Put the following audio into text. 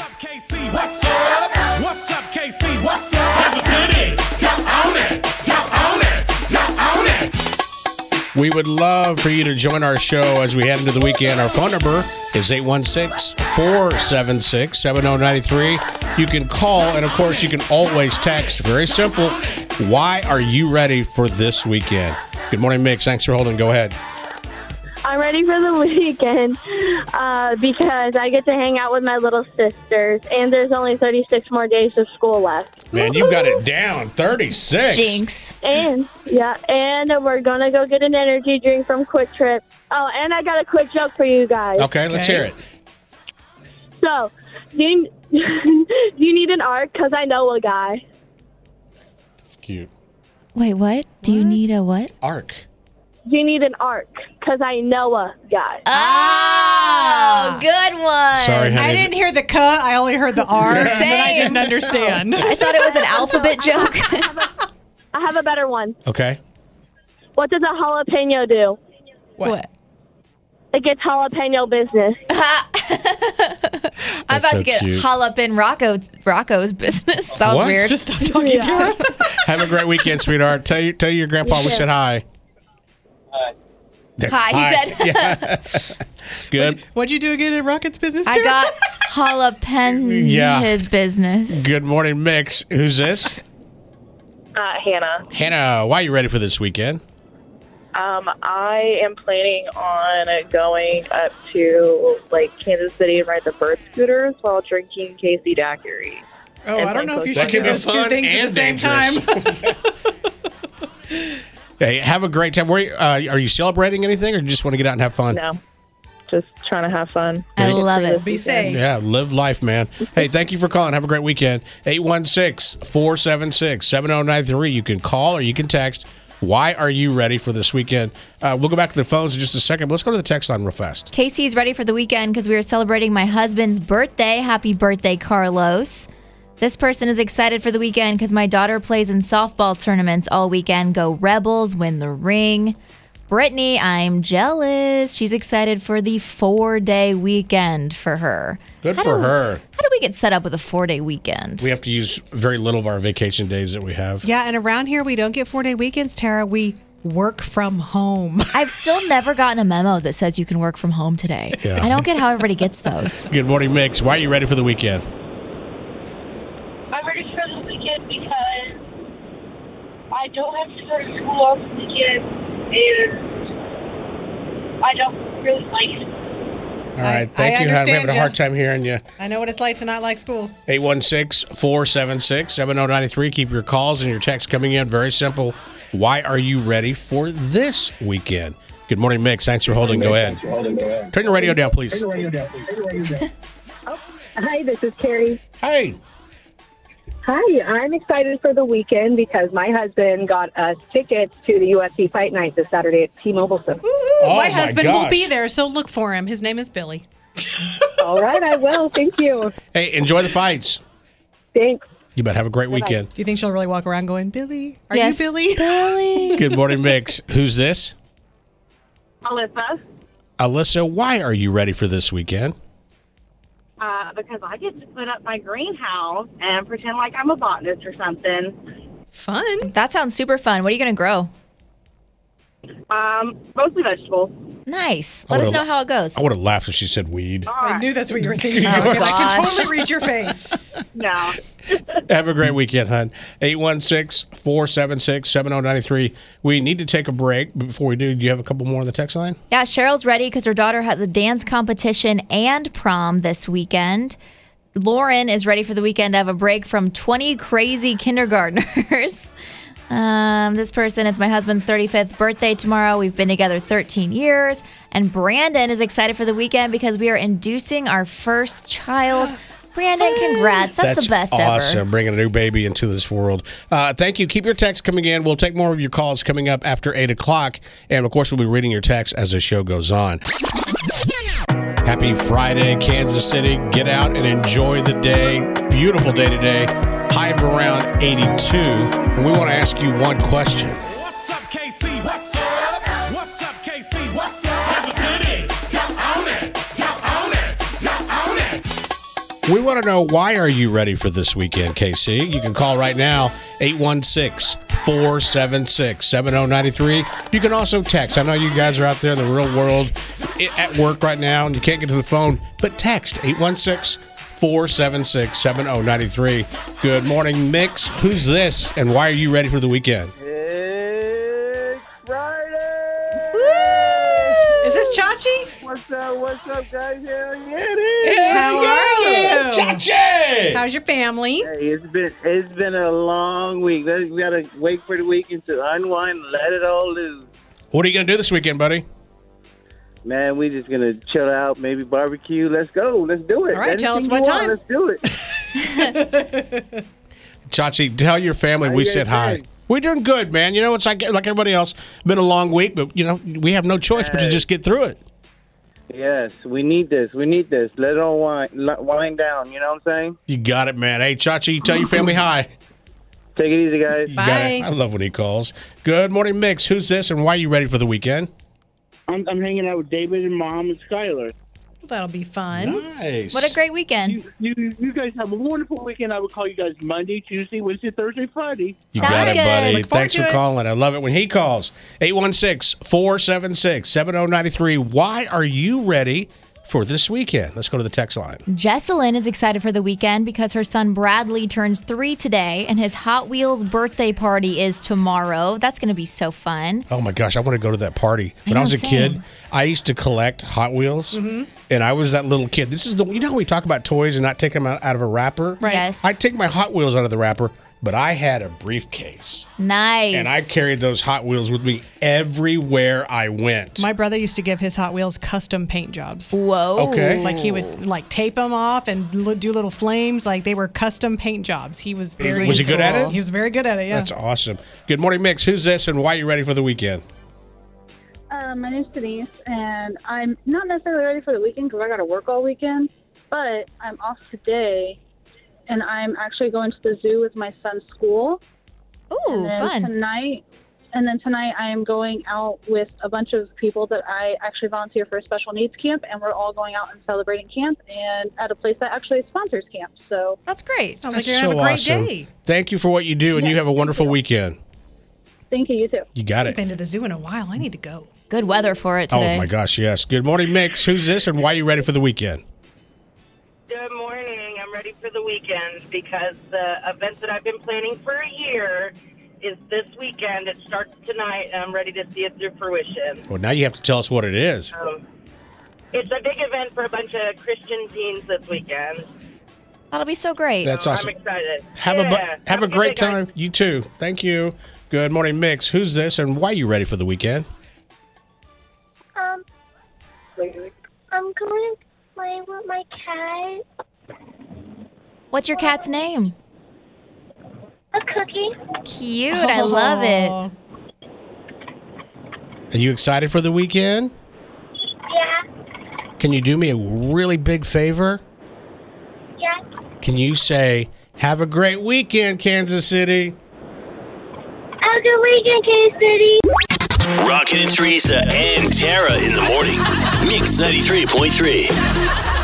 KC? What's up? What's up, KC? What's up? That's the city. Jump on it. Jump on it. Jump on it. We would love for you to join our show as we head into the weekend. Our phone number is 816 476 7093. You can call, and of course, you can always text. Very simple. Why are you ready for this weekend? Good morning, Mix. Thanks for holding. Go ahead. I'm ready for the weekend uh, because I get to hang out with my little sisters, and there's only 36 more days of school left. Man, you've got it down 36. Jinx. And yeah, and we're gonna go get an energy drink from Quick Trip. Oh, and I got a quick joke for you guys. Okay, let's hear it. So, do you, do you need an arc? Cause I know a guy. Cute. Wait, what? Do you need a what? Arc. Do you need an arc? Cause I know a guy. Uh, Oh, good one. Sorry, honey. I didn't hear the "k." I only heard the R, and then I Same. didn't understand. I thought it was an alphabet joke. I have a better one. Okay. What does a jalapeno do? what? It gets jalapeno business. I'm That's about so to get cute. haul up in Rocco Rocco's business. That was What? weird. Just stop talking to her. Have a great weekend, sweetheart. Tell your, tell your grandpa we too. said hi. There- Hi, he said- Yeah. Good. What'd you do again in Rocket's business? I too? got jalapeno Yeah. his business. Good morning, Mix. Who's this? Uh, Hannah, Hannah, why are you ready for this weekend? um, I am planning on going up to like Kansas City and ride the bird scooters while drinking Casey Daiquiri. Oh, I don't know if you That should could do be those two fun things at and the same dangerous. time. Hey, have a great time. Where you- uh, are you celebrating anything, or you just want to get out and have fun? No, just trying to have fun. I love it. Be safe. Yeah, live life, man. Hey, thank you for calling. Have a great weekend. 816-476-7093. You can call or you can text. Why are you ready for this weekend? Uh, we'll go back to the phones in just a second. But let's go to the text line real fast. Casey's ready for the weekend because we are celebrating my husband's birthday. Happy birthday, Carlos. This person is excited for the weekend because my daughter plays in softball tournaments all weekend. Go Rebels, win the ring. Brittany, I'm jealous. She's excited for the four day weekend for her. Good How for do- her. How do we get set up with a four day weekend? We have to use very little of our vacation days that we have. Yeah, and around here we don't get four day weekends, Tara. We work from home. I've still never gotten a memo that says you can work from home today. Yeah. I don't get how everybody gets those. Good morning, Mix. Why are you ready for the weekend? I'm ready for the weekend because I don't have to go to school on the weekend and I don't really like it. All right. I Thank you. I'm understand having a hard ya. time hearing you. I know what it's like to not like school. 816-476-7093. Keep your calls and your texts coming in. Very simple. Why are you ready for this weekend? Good morning, Mix. Thanks for holding. Go ahead. Turn your radio down, please. Oh, Hi, this is Carrie. Hey. Hi, I'm excited for the weekend because my husband got us tickets to the UFC fight night this Saturday at T-Mobile. Center. Ooh, Oh my my husband gosh. will be there, so look for him. His name is Billy. All right, I will. Thank you. Hey, enjoy the fights. Thanks. You better have a great weekend. Do you think she'll really walk around going, Billy? Are Yes. you Billy? Good morning, Mix. Who's this? Alyssa, Alyssa, why are you ready for this weekend? uh, because I get to put up my greenhouse and pretend like I'm a botanist or something. Fun. That sounds super fun. What are you going to grow? Um, mostly vegetables. Nice. I Let us would've- know how it goes. I would have laughed if she said weed. I knew that's what you were thinking. Oh, I can gosh. totally read your face. No. Have a great weekend, hon. 816-476-7093. We need to take a break. Before we do, do you have a couple more on the text line? Yeah, Cheryl's ready because her daughter has a dance competition and prom this weekend. Lauren is ready for the weekend to have a break from 20 crazy kindergartners. Um, this person, it's my husband's 35th birthday tomorrow. We've been together 13 years. And Brandon is excited for the weekend because we are inducing our first child. Brandon, congrats. That's, the best awesome, ever. bringing a new baby into this world. Uh, thank you. Keep your texts coming in. We'll take more of your calls coming up after 8 o'clock. And of course, we'll be reading your texts as the show goes on. Happy Friday, Kansas City. Get out and enjoy the day. Beautiful day today. High of around 82. And we want to ask you one question. What's up, KC? What's up? What's up, KC? What's up? That's the city. Jump on it. Jump on it. Jump on it. We want to know why are you ready for this weekend, KC? You can call right now 816-476-7093. You can also text. I know you guys are out there in the real world i- at work right now and you can't get to the phone, but text 816-476-7093. Good morning, Mix. Who's this and why are you ready for the weekend? It's Friday! Is this Chachi? What's up, what's up, guys? Hell yeah, it is! How are you? Chachi! How's your family? Hey, it's been it's been a long week. Let- We gotta wait for the weekend to unwind, let it all loose. What are you going to do this weekend, buddy? Man, we just gonna chill out, maybe barbecue. Let's go, let's do it. All right, tell us Anything what you want, time. Let's do it. Chachi, tell your family we you said guys hi. doing? We're doing good, man. You know, it's like like everybody else. Been a long week, but you know, we have no choice but to Hey. just get through it. Yes, we need this. We need this. Let it all wind li- wind down. You know what I'm saying? You got it, man. Hey, Chachi, tell your family hi. Take it easy, guys. You got it. I Bye. love when he calls. Good morning, Mix. Who's this, and why are you ready for the weekend? I'm, I'm hanging out with David and Mom and Skylar. That'll be fun. Nice. What a great weekend. You, you you guys have a wonderful weekend. I will call you guys Monday, Tuesday, Wednesday, Thursday, Friday. You Sounds got it, good. buddy. Look forward Thanks to for it. calling. I love it when he calls. 816-476-7093. Why are you ready for this weekend? Let's go to the text line. Jesselyn is excited for the weekend because her son Bradley turns three today and his Hot Wheels birthday party is tomorrow. That's going to be so fun. Oh my gosh, I want to go to that party. When I, know, was a same. kid, I used to collect Hot Wheels, Mm-hmm. and I was that little kid. This is the you know how we talk about toys and not taking them out, out of a wrapper. Right. Yes. I take my Hot Wheels out of the wrapper, but I had a briefcase, nice. and I carried those Hot Wheels with me everywhere I went. My brother used to give his Hot Wheels custom paint jobs. Whoa. Okay. Like he would like tape them off and l- do little flames. Like they were custom paint jobs. He was very was he good at it? He was very good at it. Yeah. That's awesome. Good morning, Mix. Who's this, and why are you ready for the weekend? Uh, my name's Denise, and I'm not necessarily ready for the weekend because I got to work all weekend, but I'm off today, and I'm actually going to the zoo with my son's school. Ooh, and then fun. tonight, and then tonight I am going out with a bunch of people that I actually volunteer for a special needs camp, and we're all going out and celebrating camp, and at a place that actually sponsors camp. So That's great. Sounds like you're gonna have a great day. Thank you for what you do, and you have a wonderful weekend. thank you, you too. You got I've it. been to the zoo in a while. I need to go. Good weather for it today. Oh my gosh, yes. Good morning, Mix. Who's this, and why are you ready for the weekend? Good morning. I'm ready for the weekend because the event that I've been planning for a year is this weekend. It starts tonight, and I'm ready to see it through fruition. Well, now you have to tell us what it is. Um, it's a big event for a bunch of Christian teens this weekend. That'll be so great. That's awesome. I'm excited. Have a Yeah. bu- have a good great day, guys. time. You too. Thank you. Good morning, Mix. Who's this, and why are you ready for the weekend? Um, I'm going to play with my cat. What's your cat's name? A cookie. Cute. I love it. Oh, Are you excited for the weekend? Yeah, Can you do me a really big favor? yeah. Can you say "Have a great weekend, Kansas City"? Have a good weekend, Kansas City. Rocket and Teresa and Tara in the morning. Mix 93.3.